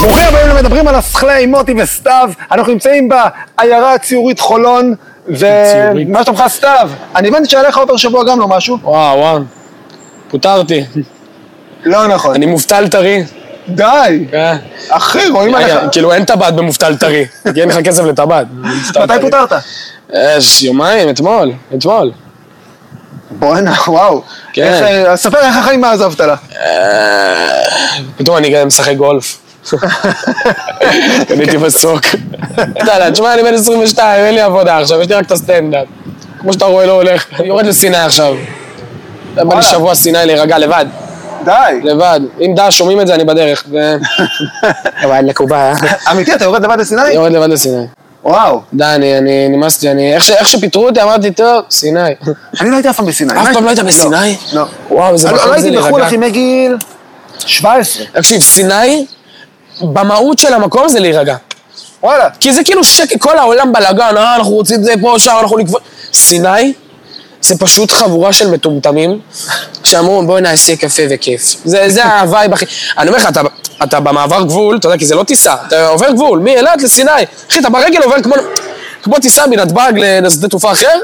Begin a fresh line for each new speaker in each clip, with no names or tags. אנחנו מדברים על הסכלי מוטי וסתיו, אנחנו נמצאים בעיירה הציורית חולון,
ציורית.
ומה שלומך סתיו? אני הבנתי שהיה לך עובר שבוע גם לא משהו.
וואו, וואו. פוטרתי.
לא נכון.
אני מובטל טרי.
די,
אה,
אחי, רואים עליך.
רגע, כאילו אין טבעת במובטל טרי. כי אין לך כסף לטבעת.
מתי פוטרת?
אה, ש- יומיים, אתמול. אתמול.
בואנה, וואו.
כן.
איך, אה, ספר איך החיים מאז האבטלה.
אה, פתאום אני גם משחק גולף. קניתי מסוק. יאללה, תשמע, אני בן 22, אין לי עבודה עכשיו, יש לי רק את הסטנדאפ. כמו שאתה רואה, לא הולך. אני יורד לסיני עכשיו. בא
וואלה.
לי שבוע סיני להירגע לבד.
די.
לבד. אם דש שומעים את זה, אני בדרך. ו- אבל לקובה, אה?
אמיתי, אתה יורד לבד לסיני?
יורד לבד לסיני.
וואו.
די, אני, אני נמאסתי, אני, איך, ש, איך שפיטרו אותי אמרתי, טוב, סיני.
אני לא הייתי אף פעם בסיני.
אף פעם לא היית בסיני?
לא.
וואו, איזה
אני לא
מקום זה
הייתי בחו"ל,
להירגע.
אחי, מגיל 17.
תקשיב, סיני, במהות של המקום זה להירגע.
וואלה.
כי זה כאילו שקט, כל העולם בלאגן, אה, אנחנו רוצים זה פה, שם, אנחנו נקבע... סיני, זה פשוט חבורה של מטומטמים, שאמרו, בואי נעשה קפה וכיף. זה, זה הווייב הכי... אני אומר לך, אתה, אתה במעבר גבול, אתה יודע, כי זה לא טיסה, אתה עובר גבול, מאילת לסיני. אחי, אתה ברגל עובר כמו, כמו טיסה מנתב"ג לשדה תעופה אחר,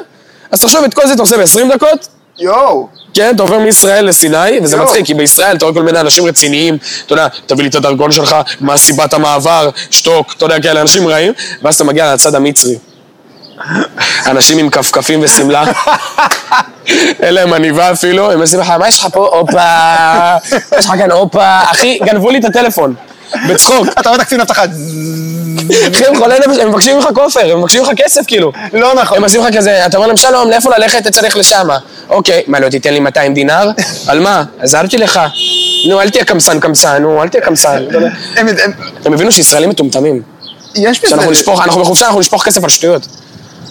אז תחשוב, את כל זה אתה עושה ב-20 דקות,
יואו.
כן, אתה עובר מישראל לסיני, וזה
יואו.
מצחיק, כי בישראל אתה רואה כל מיני אנשים רציניים, אתה יודע, תביא לי את הדרכון שלך, מה סיבת המעבר, שתוק, אתה יודע, כאלה אנשים רעים, ואז אתה מגיע לצד המצרי. אנשים עם כפכפים ושמלה, אין להם עניבה אפילו, הם עושים לך, מה יש לך פה? הופה, יש לך כאן הופה, אחי, גנבו לי את הטלפון, בצחוק.
אתה רואה את הקצין אבטחה.
אחי, הם חולי נפש, הם מבקשים ממך כופר, הם מבקשים ממך כסף, כאילו.
לא נכון.
הם עושים לך כזה, אתה אומר להם שלום, לאיפה ללכת? אתה צריך לשמה. אוקיי, מה לא תיתן לי 200 דינר? על מה? עזרתי לך. נו, אל תהיה קמסן קמסן, נו, אל תהיה קמסן.
הם- הם-
הם הבינו שישראלים מטומטמים.
יש בזה...
שאנחנו נשפוך, אנחנו בחופשה, אנחנו נשפוך כסף על שטויות.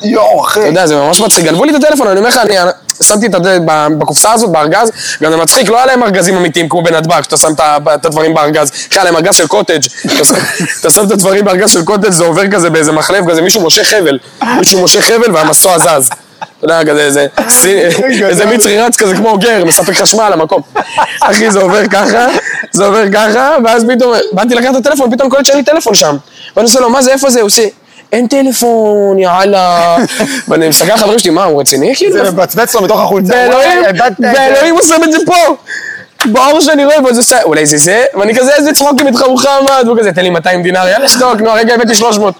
יואו, אחי.
אתה יודע, זה ממש מצחיק. גנבו לי את הטלפון, אני אומר לך, אני שמתי את זה בקופסה הזאת, בארגז, גם זה מצחיק, לא היה להם ארגזים אמיתיים כמו בנתב"ג, שאתה שם את ה- את הדברים בארגז. אחי, היה להם ארגז של קוטג'. אתה שם- אתה שם את הדברים בארגז של קוטג', זה עובר כזה באיזה מחלף, כזה מישהו מושך חבל. מישהו מושך חבל והמסוע זז. אתה יודע, כזה איזה סי- איזה מצרי רץ כזה כמו גר, מספק חשמל למקום. אחי, זה עובר ככה, זה עובר ככה, ואז פתאום, באתי לקחת את הטלפון, פתאום קולט שאין לי טלפון שם. ואני עושה לו, מה זה, איפה זה? הוא עושה, אין טלפון, יאללה. ואני מסתכל על החברים שלי, מה, הוא רציני? כאילו,
זה מבצבץ לו מתוך החולצה.
באלוהים,
וואי, איבדת את זה.
באלוהים הוא שם את זה פה! באור שאני רואה, וזה ש... אולי זה זה? ואני כזה, איזה צחוקים איתך מוחמד, והוא כזה, תן לי 200 דינר, יאללה שתוק, נו, הרגע הבאתי 300.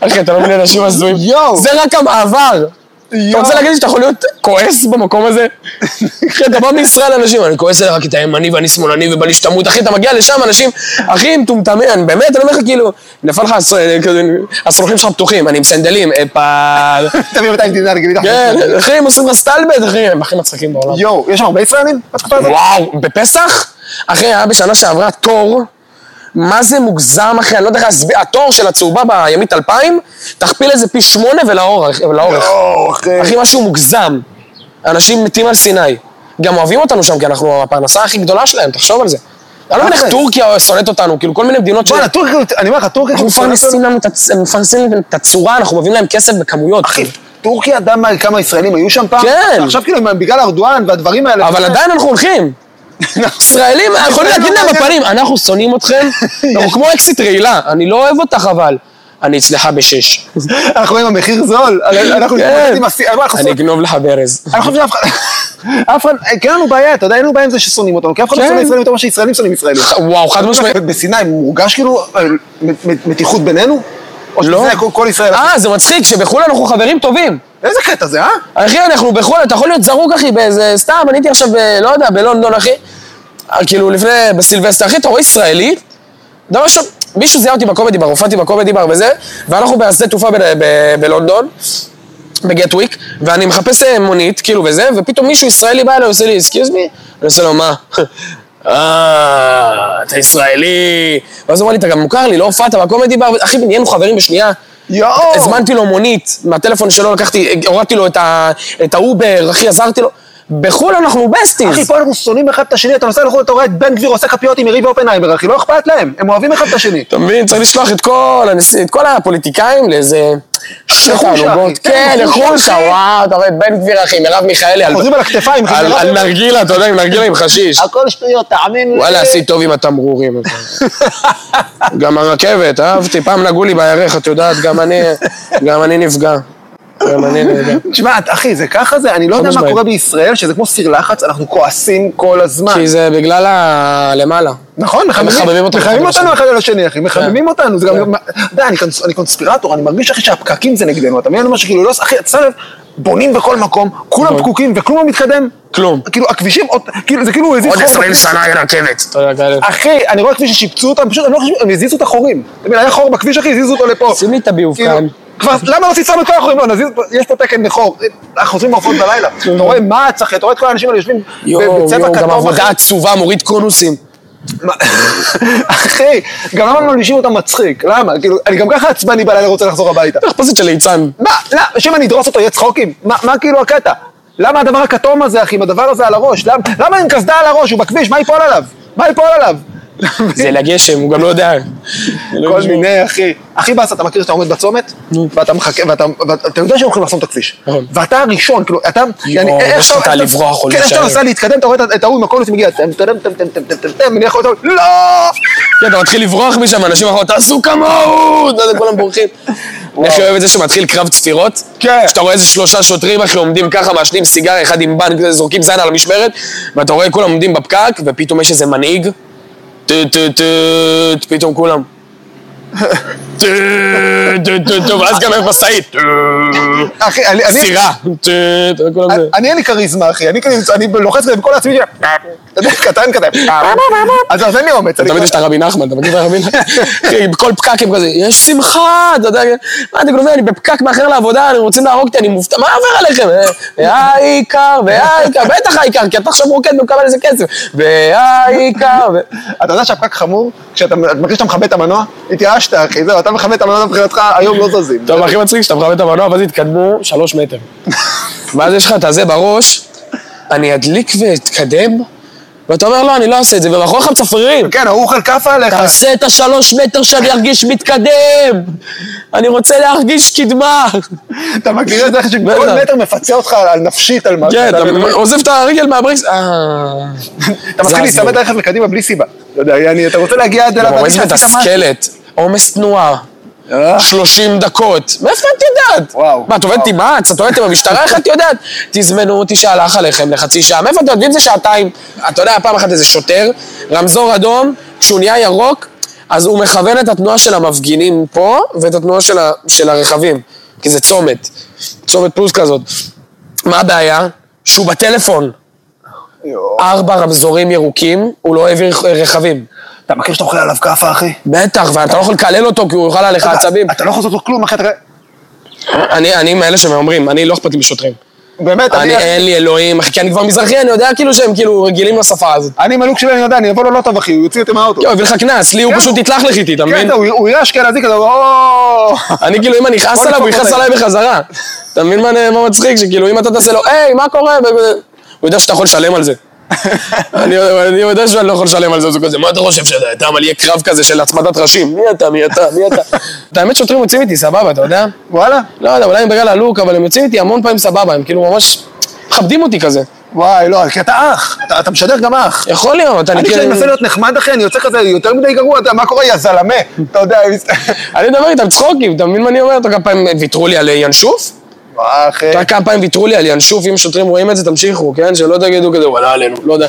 אחי, אתה לא מבין אנשים הזויים.
יואו.
זה רק המעבר. אתה
יואו.
רוצה להגיד לי שאתה יכול להיות כועס במקום הזה? אחי, אתה בא מישראל, אנשים, אני כועס עליך כי אתה ימני ואני שמאלני ובא לי שתמות, אחי, אתה מגיע לשם, אנשים, אחי, הם מטומטמים, אני באמת, אני אומר לך, כאילו, נפל לך, הס- כזה, הסרוכים שלך פתוחים, אני עם סנדלים, אה, פעל.
תביא 200 דינר, גלידה.
כן, אחי, הם עושים לך סטלבט, אחי, הם הכי מצחיקים בעולם.
יואו, יש שם הרבה ישראלים בתקופה הזאת?
וואו, בפסח? אחי, היה בשנה שעברה תור, מה זה מוגזם, אחי, אני לא יודע איך להסביר, התור של הצהובה בימית 2000, תכפיל את זה פי שמונה ולאורך. ולאורך.
יואו, אחי.
אחי, משהו מוגזם. אנשים מתים על סיני. גם אוהבים אותנו שם, כי אנחנו הפרנסה הכי גדולה שלהם, תחשוב על זה. אני לא מבין איך
אחלה.
טורקיה שונאת אותנו, כאילו כל מיני מדינות ש...
וואלה, טורקיה, כאילו, אני אומר לך, טורקיה... לא-
אנחנו מפרנסים לנו את הצ- מפרנסים לנו את הצורה, אנחנו מביאים להם כסף בכמויות. כאילו.
אחי, טורקיה, אתה יודע מה, כמה ישראלים היו שם פעם?
כן.
עכשיו כאילו, בגלל ארדואן והדברים האלה...
אבל עדיין אנחנו הולכים. ישראלים, אנחנו יכולים
ישראלים
להגיד
לא
להם
מעניין.
בפנים, אנחנו שונאים אתכם, אנחנו כמו אקסיט רעילה, אני לא אוהב אותך אבל. אני אצלך בשש.
אנחנו עם המחיר זול, אנחנו נתמודד עם הסי... אנחנו
כן. אני אגנוב לך ברז.
אני חושב שאף אחד... אף אחד... כי אין לנו בעיה, אתה יודע, אין לנו בעיה עם זה ששונאים אותנו, כי אף אחד לא
כן.
שונא ישראלים יותר מאשר ישראלים שונאים ישראלים.
וואו, חד משמעית.
בסיני מורגש כאילו אה, מ- מ- מתיחות בינינו? או
לא.
שזה הכל- כל ישראל...
אה, זה מצחיק שבחו"ל אנחנו חברים טובים.
איזה קטע זה, אה?
אחי, אנחנו בחו"ל, אתה יכול להיות זרוק, אחי, באיזה... סתם, אני הייתי עכשיו, ב- לא יודע, בלונדון, אחי. אה, כאילו, לפני... בסילבסטר, אחי, אתה רואה ישראלי? דבר ראשון, מישהו זיהה אותי בקומדי בר, הופעתי בקומדי בר וזה, ואנחנו בשדה תעופה ב- ב- בלונדון, בגטוויק, ואני מחפש אה, מונית, כאילו, וזה, ופתאום מישהו ישראלי בא אליי, עושה לי, אסקיוז מי? אני עושה לו, מה? אה, אתה ישראלי. ואז הוא אמר לי, אתה גם מוכר לי, לא הופעת בקומדי בר, אחי, נהיינו חברים בשנייה.
יואו!
הזמנתי לו מונית, מהטלפון שלו לקחתי, הורדתי לו את, ה, את האובר, אחי, עזרתי לו. בחו"ל אנחנו בסטיז.
אחי, פה אנחנו שונאים אחד את השני, אתה נוסע לחו"ל, אתה רואה את בן גביר עושה כפיות עם יריב אופנהיימר, אחי, לא אכפת להם, הם אוהבים אחד את השני.
אתה מבין? צריך לשלוח את כל, הנשיא- את כל הפוליטיקאים לאיזה...
לחושה, אחי.
כן,
כן,
לחושה,
לחושה, אחי.
וואו, אתה רואה, בן גביר אחי, מרב מיכאלי, על-
חוזרים על הכתפיים, אחי,
על
מרב מיכאלי.
על
אוקיי.
נרגילה, אתה יודע, עם נרגילה עם חשיש.
הכל שטויות, תאמין לי.
וואלה, עשית טוב עם התמרורים. גם הרכבת, אהבתי, פעם נגעו לי בירך, את יודעת, גם אני, גם אני נפגע. גם אני נפגע.
תשמע, את- אחי, זה ככה זה, אני לא יודע מה
משמעית.
קורה בישראל, שזה כמו סיר לחץ, אנחנו כועסים כל הזמן.
כי זה בגלל הלמעלה.
נכון,
מחממים
מחממים
אותנו
מחממים
אחד על
אותנו
השני.
אחד על השני, אחי, מחממים
כן.
אותנו, זה
כן.
גם, לא, אתה יודע, אני קונס- אני קונספירטור, אני מרגיש, אחי, שהפקקים זה נגדנו, אתה מבין מה שכאילו, לא, אחי, אתה שם לב, בונים בכל מקום, כולם
נכון.
פקוקים וכלום לא מתקדם.
כלום.
כאילו, הכבישים, עוד- כאילו, זה כאילו הוא הזיז חור בכביש.
שנה אין רכבת. אתה יודע, כאלה.
אחי, אני רואה כביש ששיפצו אותם, פשוט, הם לא חשבו, הם הזיזו את החורים. אתה מבין, היה חור בכביש, אחי, הזיזו אותו לפה.
שים לי את הביוב
כאילו,
כאן.
כבר, למה לא סיסמנו את כל החורים? לא, נזיז, פה- יש פה תקן לחור. אנחנו חוזרים מעופות בלילה. אתה רואה מע"צ, אחי, אתה רואה את כל האנשים האלה יושבים ב-
כן. יואו,
בצבע
יואו,
כתום.
גם עבודה
אחי.
עצובה, מוריד קונוסים.
מה- אחי, גם למה מרגישים אותם מצחיק? למה? כאילו, אני גם ככה עצבני בלילה רוצה לחזור הביתה.
תחפושת של ליצן.
מה, לא, שאם אני אדרוס אותו יהיה צחוקים? מה מה כאילו הקטע? למה הדבר הכתום הזה, אחי, עם הדבר הזה על הראש? למה- למה עם קסדה על הראש? הוא בכביש, מה ייפול עליו? מה ייפול עליו?
זה לגשם, הוא גם לא יודע.
כל מיני, אחי. אחי באס, אתה מכיר שאתה עומד בצומת, ואתה מחכה, ואתה ואתה יודע שהם הולכים לחסום את הכביש.
נכון.
ואתה הראשון, כאילו, אתה...
יואו,
יעני, איך
יש לך
אתה-
אותה לברוח או
כן, איך שאתה
להישאר.
נוסע להתקדם, אתה רואה את- את ההוא עם הקולוס מגיע, טם טם טם טם טם טם טם טם, מניח אותו, לא!
כן, אתה מתחיל לברוח משם, אנשים אחרות, תעשו כמוהו! אתה יודע, כולם בורחים. אני הכי אוהב את זה שמתחיל קרב תפירות.
כן.
שאתה רואה איזה שלושה שוטרים, אחי, עומדים ככה, מעשנים סיגר, אחד עם בנק, זורקים זין על המשמרת, ואתה רואה כולם עומדים בפקק, ופתאום יש איזה מנהיג. טו טו טו, פתאום כולם. טו טו טו טו, ואז גם הם משאית. טו,
אחי, אני... אני-
סירה. טו, אתה יודע, כולם זה.
אני אין לי כריזמה, אחי, אני כאילו, אני לוחץ כזה בכל עצמי, אתה יודע, קטן כזה, אז אז אין לי אומץ. אני
תמיד
כבר-
יש את הרבי נחמן, אתה מכיר את הרבי נחמן? אחי, בכל פקק הם כזה, יש שמחה, אתה יודע, כן. מה אתם גונבים, אני בפקק מאחר לעבודה, אני רוצים להרוג אותי, אני מופתע, מה עובר עליכם? אה, העיקר, והעיקר, בטח העיקר, כי אתה עכשיו רוקד ומקבל איזה כסף, והעיקר, ו...
אתה יודע שהפקק חמור, כשאתה אתה מרגיש שאתה מכבה את המנוע, התייאשת, אחי, זהו, אתה מכבה את המנוע מבחינתך, היום לא זזים.
טוב, הכי מצחיק שאתה מכבה את המנוע, ואז התקדמו שלוש מטר. ואז יש לך את הזה בראש, אני אדליק ואתקדם? ואתה אומר, לא, אני לא אעשה את זה, ומאחוריך מצפרים.
כן, ההוא אוכל כאפה עליך.
תעשה את השלוש מטר שאני ארגיש מתקדם! אני רוצה להרגיש קדמה!
אתה מכיר את זה, אחי, שכל
בטח.
מטר מפצה אותך על על נפשית, על מה
כן, אתה
מבין?
עוזב את הרגל מהברקס, אה...
אתה מתחיל
זזנו.
להצמד לרכב מקדימה בלי סיבה. לא יודע, יעני, אתה רוצה להגיע עד אליו,
גם ממש
ועשית משהו.
מתסכלת, עומס תנועה.
אה.
30 דקות, מאיפה את יודעת?
וואו,
מה, את עובדת עם
וואו.
מע"צ? את עובדת עם המשטרה? איך את יודעת? תזמנו אותי שהלך עליכם לחצי שעה, מאיפה את יודעת? ואם זה שעתיים? אתה יודע, פעם אחת איזה שוטר, רמזור אדום, כשהוא נהיה ירוק, אז הוא מכוון את התנועה של המפגינים פה, ואת התנועה של, ה... של הרכבים, כי זה צומת, צומת פלוס כזאת. מה הבעיה? שהוא בטלפון,
יואו.
ארבע רמזורים ירוקים, הוא לא העביר רכבים.
אתה מכיר שאתה אוכל עליו כאפה, אחי?
בטח, ואתה לא יכול לקלל אותו כי הוא יאכל עליך עצבים.
אתה לא יכול לעשות לו כלום, אחי, אתה...
אני, אני מאלה שאומרים, אני לא אכפת לי משוטרים.
באמת,
אני,
אני...
אין לי אלוהים, אחי, כי אני כבר מזרחי, אני יודע כאילו שהם כאילו רגילים לשפה הזאת.
אני עם הלוק שלי, אני יודע, אני אבוא לו לא טוב, אחי, הוא יוציא אותי מהאוטו.
יואו, הביא לך קנס, לי הוא
כן.
פשוט יתלכלך איתי, אתה
כן,
מבין?
אתה, הוא הוא יהיה אשכנזי כזה, או...
אני כאילו, אם אני אכעס
בוא
עליו, הוא
נדפוק
יכעס
אותה.
עליי בחזרה. אתה מבין מה אני- מה מצחיק? שכאילו, אם אתה תעשה לו, היי, מה קורה? ו- ו- הוא יודע שאתה יכול לשלם על זה. אני אני יודע שאני לא יכול לשלם על זה, אז הוא כזה, מה אתה חושב שאתה, אתה, אבל יהיה קרב כזה של הצמדת ראשים, מי אתה, מי אתה, מי אתה. את האמת שוטרים יוצאים איתי, סבבה, אתה יודע?
וואלה?
לא יודע, אולי הם בגלל הלוק, אבל הם יוצאים איתי המון פעמים סבבה, הם כאילו ממש מכבדים אותי כזה.
וואי, לא, כי אתה אח, אתה- אתה משדר גם אח.
יכול להיות, אני
כן, אני
כאילו...
כשאני מנסה להיות נחמד, אחי, אני יוצא כזה יותר מדי גרוע, אתה יודע, מה קורה, יא זלמה? אתה יודע, אני מסת-
אני מדבר איתם צחוקים, אתה מבין מה אני אומר? אתה כמה פעמים ויתרו לי על אה, ינשוף?
וואי, אחי.
אתה יודע כמה פעמים ויתרו לי על ינשוף, אם שוטרים רואים את זה, תמשיכו, כן? שלא תגידו כזה, וואלה עלינו, לא יודע.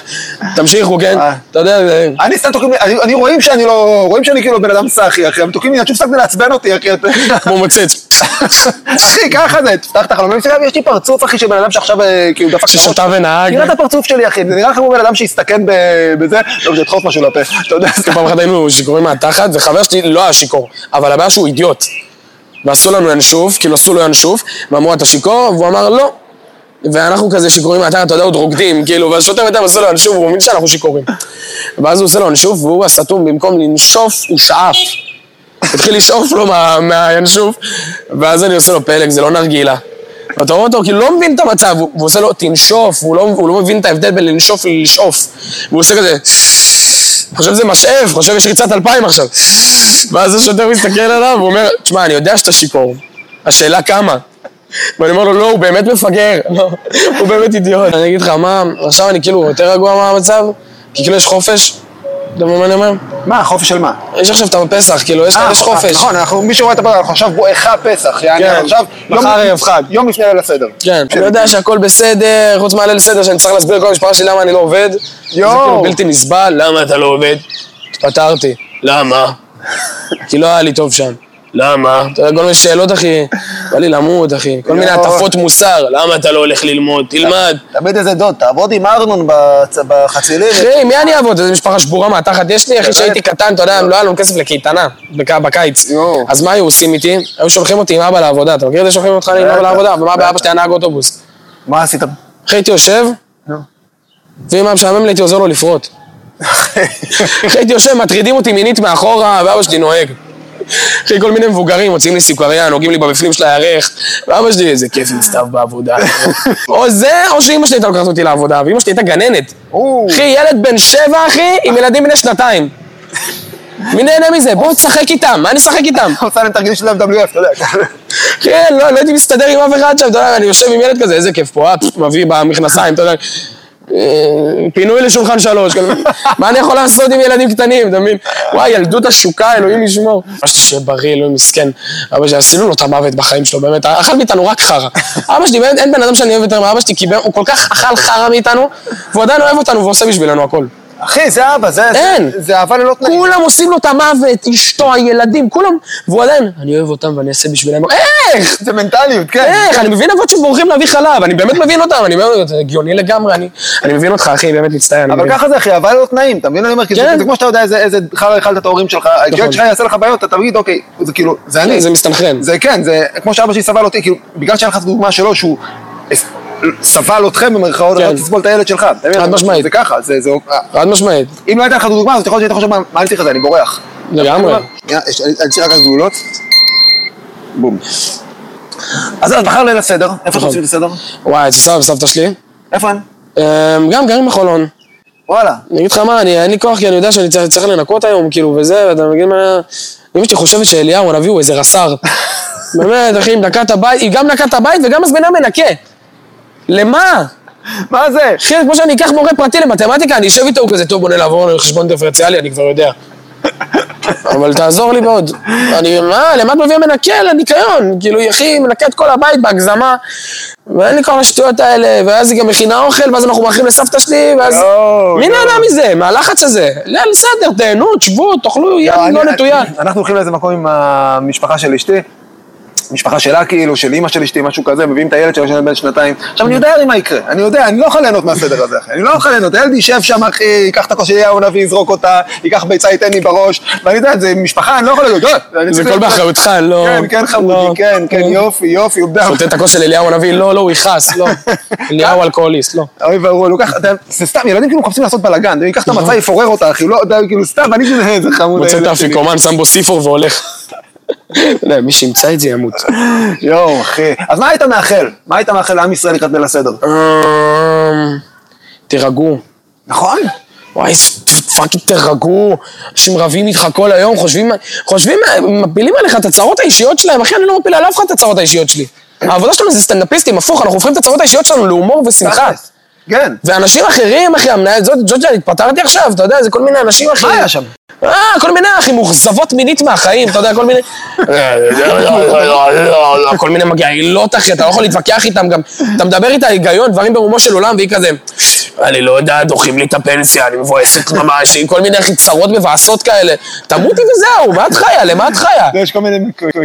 תמשיכו, כן?
אה.
אתה יודע, זה-
אני סתם תוקעים, לי- אני- אני רואים שאני לא, רואים שאני כאילו בן אדם סאחי, אחי, אבל תוקעים לי, תשוב קצת מלעצבן אותי, אחי, אתה-
כמו מצץ.
אחי, ככה זה, תפתח את החלומים שלי, יש לי פרצוף, אחי, של בן אדם שעכשיו אה, כאילו דפק את הראש.
ששתה ונהג.
תראה את הפרצוף שלי, אחי, זה נראה לך כמו בן אדם שהסתכן ב- בזה, לא, זה ידחוף משהו לפה, אתה יודע, סתם.
פעם אחת היינו שיכורים מהתחת, וחבר שלי לא היה שיכור, אבל הבעיה שהוא אידיוט. ועשו לנו ינשוף, כאילו עשו לו ינשוף, ואמרו, אתה שיכור? והוא אמר, לא. ואנחנו כזה שיכורים מהתחת, אתה יודע, עוד רוקדים, כאילו, והשוטר בטח עשו לו ינשוף, הוא מבין שאנחנו שיכורים. ואז הוא עושה לו ינשוף, והוא הסתום, במקום לנשוף, הוא שאף. התחיל לשאוף לו מה- מהינשוף, ואז אני עושה לו פלג, זה לא נרגילה. ואתה רואה אותו, כאילו, לא מבין את המצב, הוא- והוא עושה לו, תנשוף, הוא לא- הוא לא מבין את ההבדל בין לנשוף ללשאוף. והוא עושה כזה, חושב זה משאף, חושב יש ריצת אלפיים עכשיו. ואז השוטר מסתכל עליו, הוא אומר, תשמע, אני יודע שאתה שיכור, השאלה כמה. ואני אומר לו, לא, הוא באמת מפגר, לא, הוא באמת אידיוט. אני אגיד לך, מה, עכשיו אני כאילו יותר רגוע מהמצב, כי כאילו יש חופש, אתה מבין מה אני אומר?
מה, חופש של מה?
יש עכשיו את הפסח, כאילו, יש
אה,
יש חופש.
נכון, אנחנו- מי שרואה את הפרק, אנחנו עכשיו בואכה פסח, יעני,
כן.
אנחנו עכשיו... יום-
מחר ערב חג.
יום לפני ליל הסדר.
כן, אני יודע שהכל בסדר, חוץ מהליל סדר שאני צריך להסביר לכל המשפחה שלי למה אני לא עובד.
יואו.
זה כאילו בלתי נסבל, למה אתה לא עובד? התפטרתי. למה? כי לא היה לי טוב שם. למה? אתה יודע, כל מיני שאלות, אחי. בא לי למות, אחי. כל מיני
יואו.
הטפות מוסר. למה אתה לא הולך ללמוד? תלמד.
תמיד איזה דוד, תעבוד עם ארנון בצ- בחצילים.
אחי, מי אני אעבוד? איזה משפחה שבורה מהתחת יש לי, אחי,
באמת?
כשהייתי קטן, אתה יודע, לא היה לנו כסף לקייטנה בק- בקיץ.
יואו.
אז מה היו עושים איתי? היו שולחים אותי עם אבא לעבודה. אתה מכיר את זה שולחים אותך עם אבא
בטח,
לעבודה? ומה
בטח.
באבא שלי היה נהג אוטובוס.
מה עשית?
אחי, הייתי יושב,
נו.
ואם היה משעמם לי הייתי עוזר לו לפרוט. אחי, הייתי יושב, מטרידים אותי מינית מאחורה, ואבא שלי נוהג. אחי, כל מיני מבוגרים מוציאים לי סוכריה, נוגעים לי בבפנים של הירך, ואבא שלי, איזה כיף עם סתיו בעבודה. או זה, או שאימא שלי הייתה לוקחת אותי לעבודה, ואימא שלי הייתה גננת.
או.
אחי, ילד בן שבע, אחי, עם ילדים בני שנתיים. מי נהנה מזה? בואו נשחק איתם, מה נשחק איתם?
עושה להם תרגיל של WF, אתה יודע.
כן, לא, לא הייתי מסתדר עם אף אחד שם, אתה יודע, אני יושב עם ילד כזה, איזה כיף פה, אה, פפ, מביא במכנסיים, אתה יודע. אה, פינוי לשולחן שלוש, כזה. מה אני יכול לעשות עם ילדים קטנים, אתה מבין? וואי, ילדות השוקה, אלוהים ישמור. אבא שלי שיהיה בריא, אלוהים מסכן. אבא שלי, עשינו לו את המוות בחיים שלו, באמת, אכל מאיתנו רק חרא. אבא שלי, באמת, אין בן אדם שאני אוהב יותר מאבא שלי, כי באמת, הוא כל כך אכל חרא מאיתנו, והוא עדיין אוהב אותנו ועושה בשבילנו הכל.
אחי, זה אבא, זה...
אין.
זה- זה אהבה ללא תנאים.
כולם עושים לו את המוות, אשתו, הילדים, כולם, והוא עדיין, אני אוהב אותם ואני אעשה בשבילם, איך?
זה מנטליות, כן.
איך, אני מבין אבות שבורחים להביא חלב, אני באמת מבין אותם, אני באמת, זה הגיוני לגמרי, אני אני מבין אותך, אחי, באמת מצטער, אני
אבל
מבין.
ככה זה אחי, אהבה ללא תנאים, אתה מבין? אני אומר, כי זה
כן.
זה כמו שאתה יודע איזה- איזה חרא אכלת את ההורים שלך, הג'אט שלך יעשה לך בעיות, אתה תגיד, אוקיי, זה כאילו, זה אני.
זה מסתנכרן.
זה כן, זה כמו שאבא שלי סבל אותי, כאילו, בגלל שאני לך את הדוגמה שלו, שהוא הס- סבל אתכם במרכאות,
כן.
אתה לא תסבול את הילד שלך. אתה מבין?
חד משמעית.
זה ככה, זה... זה-
חד משמעית,
אם לא הייתה לך את הדוגמה הזאת, יכול להיות שהיית חושב, מה מה אני צריך את זה, אני בורח.
לגמרי.
שנייה, יש- אני אני צריך לקחת גאולות. בום. אז אז מחר ליל הסדר,
נכון.
איפה אתם עושים את הסדר?
וואי, אצל סבא וסבתא שלי,
איפה הם?
אמ, גם גרים בחולון.
וואלה.
אני אגיד לך מה, אני- אין לי כוח, כי אני יודע שאני צריך- צריך לנקות היום, כאילו, וזה, ואתה מבין מה... אמא שלי חושבת שאליהו הנביא הוא איזה רס"ר. באמת, אחי, היא מנקה את הבית, היא גם נקה את הבית וגם מזמינה מנקה. למה?
מה זה?
אחי, כן, כמו שאני אקח מורה פרטי למתמטיקה, אני אשב איתו, הוא כזה, טוב, בוא נעבור לחשבון דיפרנציאלי, אני כבר יודע. אבל תעזור לי מאוד. אני, מה, למה את מביאה מנקה? לניקיון. כאילו, היא הכי מנקה את כל הבית בהגזמה, ואין לי כוח לשטויות האלה, ואז היא גם מכינה אוכל, ואז אנחנו מאחרים לסבתא שלי, ואז...
יואו,
מי נהנה מזה? מהלחץ הזה? ליל סדר, תהנו, תשבו, תאכלו יד
אני-
לא
אני-
נטויה.
אנחנו הולכים לאיזה מקום עם המשפחה של אשתי. משפחה שלה כאילו, של אימא של אשתי, משהו כזה, מביאים את הילד שלו שהיה בן שנתיים. עכשיו, אני יודע הרי מה יקרה, אני יודע, אני לא יכול ליהנות מהסדר הזה, אחי. אני לא יכול ליהנות. הילד יישב שם, אחי, ייקח את הכוס של יאו נביא, יזרוק אותה, ייקח ביצה, ייתן לי בראש, ואני יודע, זה משפחה, אני לא יכול להיות, אני
זה
צריך-
הכל באחריותך, לא...
כן, כן,
לא.
חמודי, כן, כן, יופי, יופי, הוא יודע.
שותה את הכוס של אליהו הנביא, לא, לא, הוא יכעס, לא. אליהו אלכוהוליסט, לא.
אוי ואבוי, לוקח, אתה- זה סתם, ילדים כאילו מחפשים לעשות בלאגן, הוא ייקח את המצה, יפורר אותה, אחי, לא יודע, כאילו סתם, אני כאילו, איזה חמוד.
אוקיי. מוצא את
הילד שלי.
האפיקומן, שם בו סיפור והולך. אתה יודע, לא, מי שימצא את זה ימות.
יואו, אחי. אז מה היית מאחל? מה היית מאחל לעם ישראל לקראת ליל הסדר?
אמ, תירגעו.
נכון?
וואי, איזה פאקינג תירגעו. אנשים רבים איתך כל היום, חושבים, חושבים, מפילים עליך את הצרות האישיות שלהם. אחי, אני לא מפיל על אף אחד את הצרות האישיות שלי. העבודה שלנו זה סטנדאפיסטים, הפוך, אנחנו הופכים את הצרות האישיות שלנו להומור ושמחה.
תכלס. כן.
ואנשים אחרים, אחי, המנהל, זאת, זאת שאני התפטרתי עכשיו, אתה יודע, זה כל מיני אנשים אחרים.
היה שם?
אה, כל מיני, אחי, מאוכזבות מינית מהחיים, אתה יודע, כל מיני... אה, כל מיני מגעילות, אחי, אתה לא יכול להתווכח איתם גם. אתה מדבר איתה היגיון, דברים ברומו של עולם, והיא כזה... אני לא יודעת, דוחים לי את הפנסיה, אני מבואסת ממש, עם כל מיני אחי צרות מבאסות כאלה. תמותי וזהו, מה את חיה? למה את חיה?
יש כל מיני...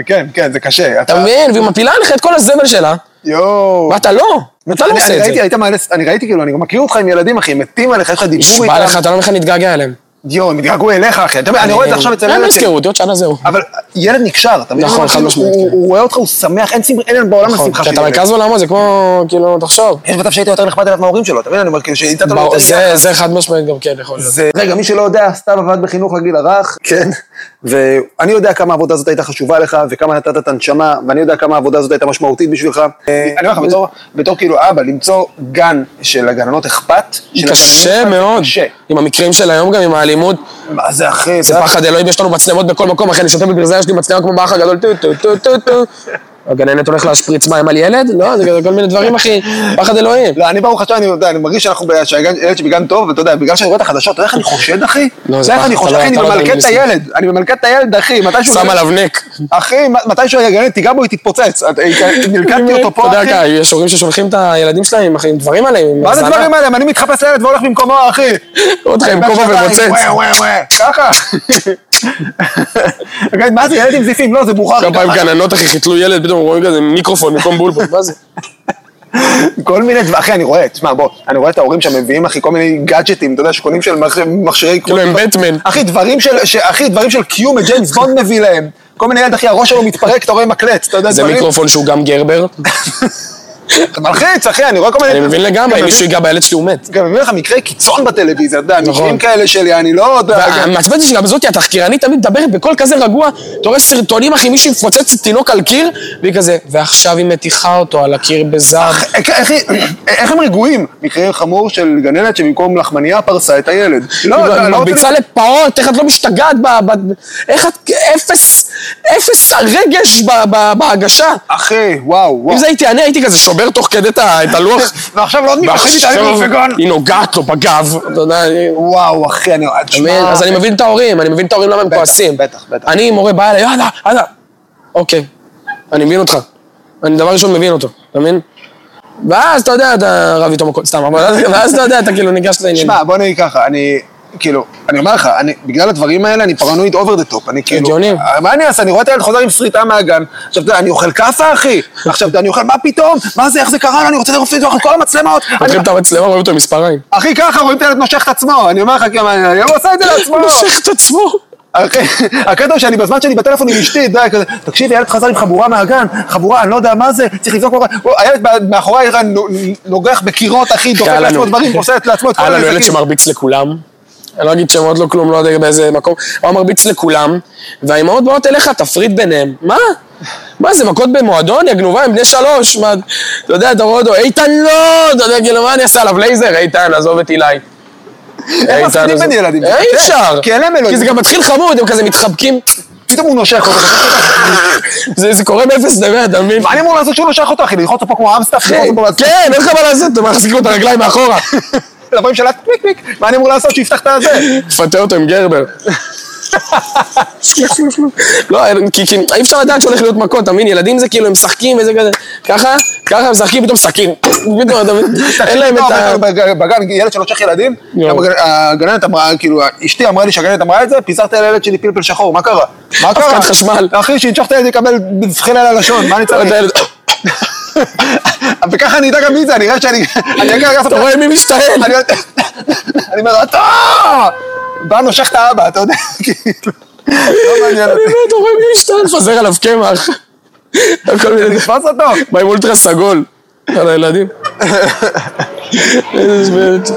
כן, כן, זה קשה.
אתה מבין? והיא מפילה עליך את כל הזבל שלה,
יואו.
ואתה לא. אתה לא
אני-
עושה
אני
את
ראיתי,
זה.
היית מעלה, אני ראיתי כאילו, אני מכיר אותך עם ילדים אחי, מתים עליך, יש לך דיבור
נשבע לך,
איתם,
אתה לא מבין איך אני מתגעגע אליהם.
יואו, הם התגעגעו אליך אחי, אתה מבין, אני רואה את זה עכשיו אצל
אה, הם לא
ילד שלי.
יזכרו אותי, עוד שנה זהו.
אבל ילד נקשר, אתה מבין?
נכון, חד
הוא- כאילו,
משמעית,
הוא-
כן.
הוא רואה אותך, הוא שמח, אין שמח- אין בעולם
נכון,
השמחה
כי
שלי.
אתה מרכז עולמו, זה כמו, כאילו, תחשוב.
יש מצב שהייתי יותר נחמד אליו מההורים שלו, אתה מבין? אני אומר, כאילו, שהייתה לו
ברור,
יותר...
זה- זה חד משמעית גם כן, יכול להיות.
זה... רגע, מי שלא יודע, סתיו עבד בחינוך לגיל הרך. כן. ואני יודע כמה העבודה הזאת הייתה חשובה לך, וכמה נתת את הנשמה, ואני יודע כמה העבודה הזאת הייתה משמעותית בשבילך. אה, אני אומר לך, בתור- בתור כאילו אבא, למצוא גן שלגננות אכפת, של-
קשה מאוד.
נכון, קשה.
עם המקרים של היום גם, עם האלימות,
מה זה אחי?
זה פחד אלוהים, יש לנו מצלמות בכל מקום, אחי, אני שותה בברזי שלי מצלמה כמו באח הגדול, טו טו טו טו טו. הגננת הולך להשפריץ מים על ילד? לא, זה כל מיני דברים, אחי, פחד אלוהים.
לא, אני ברוך השם, אני יודע, אני מרגיש שאנחנו, ב- שהגן- הילד שלי בגן טוב, ואתה יודע, בגלל שאני רואה את החדשות, אתה יודע איך אני חושד, אחי?
לא, זה
אתה יודע איך אני
פחד, אתה
חושד,
לא-
אחי, אני
אתה לא
ממלכד
יודע
את
אם ניסים.
הילד, אני ממלכד את הילד, אחי, מתישהו...
שם עליו נק.
אחי, מ- מתישהו הגננת תיגע בו, היא תתפוצץ. את- היא- נלכדתי אותו פה,
אתה
אחי.
יודע, יש הורים ששולחים את הילדים שלהם עם- עם דברים עליהם, עם
מה זה
הזנה.
הדברים האלה? אני מתחפש לילד והולך במקומו, אחי.
אותך עם כובע
בשנתיים,
ומוצץ.
וואו, וואו, וואו, ככה. אוקיי, מה זה, ילד עם זיפים? לא, זה בוכר.
כמה פעמים גננות, אחי, חיתלו ילד, פתאום רואים כזה מיקרופון במקום בולבול, מה זה?
כל מיני דברים, אחי, אני רואה, תשמע, בוא, אני רואה את ההורים שם מביאים, אחי, כל מיני גאדג'טים, אתה יודע, שקונים של מכשי- מכשירי...
כאילו, הם בטמן.
אחי, דברים של, ש- אחי, דברים של קיום, את ג'יימס בונד מביא להם. כל מיני ילד, אחי, הראש שלו מתפרק, אתה רואה מקלט, אתה יודע,
זה
דברים-
מיקרופון שהוא גם גרבר.
זה מלחיץ, אחי, אני רואה כל מיני...
אני מבין לגמרי,
גם
אם מישהו ייגע בילד שלי הוא מת.
גם מביא לך מקרי קיצון בטלוויזיה, אתה יודע,
נכון.
מקרים כאלה שלי, אני לא יודע... גם-
המעצבן זה אה, שגם זאתי, התחקירנית תמיד מדברת בקול כזה רגוע, אתה רואה סרטונים, אחי, מישהי מפוצצת תינוק על קיר, והיא כזה, ועכשיו היא מתיחה אותו על הקיר בזעם.
איך- איך- איך הם רגועים? מקרה חמור של גננת שבמקום לחמניה פרסה את הילד. לא, אתה
היא
לא רוצה...
כאילו, מרביצה לפעוט, איך את לא משתגעת ב... ב- איך את... אפס... אפס רגש ב- ב- בהגשה.
אחי, וואו, וואו.
אם זה הייתי אני, הייתי כזה שובר תוך כדי את ה- את הלוח.
ועכשיו לא עוד מתחיל להתעלם בפגון.
היא נוגעת לו בגב, אתה יודע, אני-
וואו, אחי, אני... תשמע,
מבין? אז אני מבין את ההורים, אני מבין את ההורים למה הם
בטח,
כועסים.
בטח, בטח.
אני מורה בא אליי, יאללה, יאללה. אוקיי, אני מבין אותך. אני דבר ראשון מבין אותו, אתה מבין? ואז אתה יודע, אתה רב איתו מכות, סתם, אבל אז- ואז אתה יודע, אתה כאילו ניגש לעניין.
תשמע, בוא נגיד ככה, אני... כאילו, אני אומר לך, אני, בגלל הדברים האלה, אני פרנואיד אובר דה טופ, אני כאילו...
הגיוני.
מה אני אעשה? אני רואה את הילד חוזר עם שריטה מהגן, עכשיו, אתה יודע, אני אוכל כאפה, אחי? עכשיו, אתה יודע, אני אוכל, מה פתאום? מה זה, איך זה קרה? לו? אני רוצה לרופא את כל המצלמות. אני-
פותחים את המצלמה, רואים אותו עם מספריים.
אחי, ככה רואים את הילד נושך את עצמו, אני אומר לך, כאילו, אני- הוא עושה את זה לעצמו.
הוא נושך את עצמו.
אחי, הקטע הוא שאני בזמן שאני בטלפון עם אשתי, אתה יודע, כזה, תקשיב, הילד חזר עם חבורה מהגן, חבורה, אני לא יודע מה זה, צריך לבדוק מה קורה. הוא- הילד בא- מאחורי הילד נוגח בקירות, אחי, דופק
קרה
לעצמו
לנו.
דברים, עושה את- לעצמו את כל
היה לנו ילד
הנזקים.
שמרביץ לכולם. אני לא אגיד שמות, לא כלום, לא יודע באיזה מקום. הוא היה מרביץ לכולם, והאימהות באות אליך, תפריד ביניהם. מה? מה זה, מכות במועדון? יא גנובה, הם בני שלוש. מה, אתה יודע, אתה רואה אותו, איתן לא! אתה יודע, כאילו, מה אני אעשה עליו לייזר? איתן, עזוב את אילי. איתן,
מפרידים
עזוב-
בין ילדים, זה
אי
קשה.
אפשר.
כי אין להם אלוהים.
כי זה גם מתחיל חמוד, הם כזה מתחבקים.
פתאום הוא נושך אותו.
זה זה קורה באפס דמי, אתה מבין?
מה אני אמור לעשות שהוא נושך אותו, אחי? ללחוץ אותו פה כמו אמסטאפ? ללחוץ אותו פה לעצמו?
כן, אין לך מה לעשות, אתה מחזיק לו את הרגליים מאחורה.
לבוא עם שלט פיק פיק, מה אני אמור לעשות שיפתח את הזה?
תפתה אותו עם גרבר. לא, כי כי אי אפשר לדעת שהולך להיות מכות, אתה מבין? ילדים זה כאילו, הם משחקים וזה כזה, ככה, ככה הם משחקים, פתאום סכין. פתאום, אתה מבין? אין להם את ה...
בגן, בגן, ילד שנושך ילדים,
יואו.
גם הגנ- הגננת אמרה, כאילו, אשתי אמרה לי שהגננת אמרה את זה, פיזרתי על הילד שלי פלפל שחור, מה קרה? מה קרה?
אבקת חשמל.
אחי, שינשוך את הילד יקבל זחילה על הלשון, מה אני
אתה
צריך?
יודע,
וככה אני אדע גם מי זה, אני אראה שאני... אני אגיע לגן
אתה רואה מי משתעל.
אני אני אומר, אתה! בא נושך את האבא, אתה יודע, כאילו. לא מעניין אותי.
אני אומר, אתה רואה מי משתעל, מפזר עליו קמח. כל מיני...
תתפוס אותו.
מה עם אולטרה סגול? על הילדים. איזה שטויות.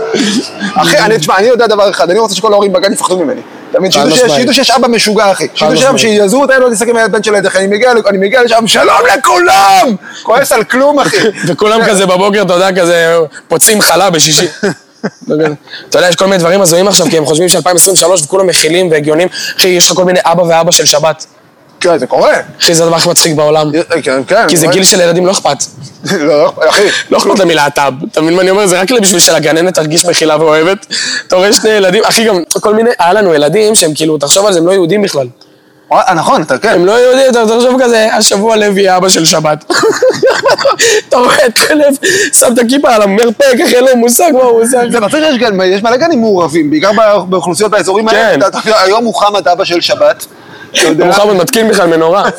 אחי, אני, תשמע, אני יודע דבר אחד, אני רוצה שכל ההורים בגן יפחדו ממני. אתה מבין? שידעו שיש-
משמעית.
שידעו שיש אבא משוגע, אחי. שידעו שם,
משמעית.
שיעזרו אותה, לא תסתכל עם הבן של הילד, אחי. אני מגיע ל- אני מגיע לשם, שלום לכולם! כועס על כלום, אחי.
וכולם כזה בבוקר, אתה יודע, כזה פוצעים חלה בשישי. אתה יודע, יש כל מיני דברים הזויים עכשיו, כי הם חושבים ש-2023 וכולם מכילים והגיונים. אחי, יש לך כל מיני אבא ואבא של שבת.
כן, זה קורה.
אחי, זה הדבר הכי מצחיק בעולם.
כן, כן.
כי זה גיל שלילדים לא אכפת.
לא, לא, אחי.
לא אכפת להם מלהט"ב. אתה מבין מה אני אומר? זה רק בשביל שלגננת תרגיש מכילה ואוהבת. אתה רואה שני ילדים, אחי, גם כל מיני, היה לנו ילדים שהם כאילו, תחשוב על זה, הם לא יהודים בכלל.
אה, נכון, אתה כן.
הם לא יודעים, אתה תחשוב כזה, השבוע לוי יהיה אבא של שבת. אתה רואה את לב, שם את הכיפה על המרפק, אחי, אין לו מושג מה הוא עושה.
זה מצחיק שיש גן- יש מלא גנים מעורבים, בעיקר ב- באוכלוסיות באזורים האלה.
כן.
אתה- אתה- היום מוחמד אבא של שבת. אתה יודע?
מוחמד מתקין בכלל מנורה.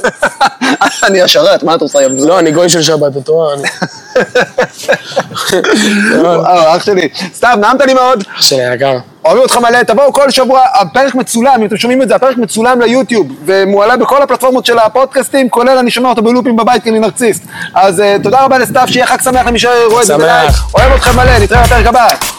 אני השרת, מה את רוצה? יא
לא, אני גוי של שבת, אתה רואה? אני-
אה, אח שלי. סתם, נעמת לי מאוד.
שלי היקר.
אוהבים אותך מלא, תבואו כל שבוע, הפרק מצולם, אם אתם שומעים את זה, הפרק מצולם ליוטיוב, ומועלה בכל הפלטפורמות של הפודקאסטים, כולל אני שומע אותו בלופים בבית, כי אני נרקסיסט. אז אה, תודה רבה לסתיו, שיהיה חג שמח למי שרואה את זה
שמח.
בלייב. אוהב אתכם מלא, נתראה בפרק הבא.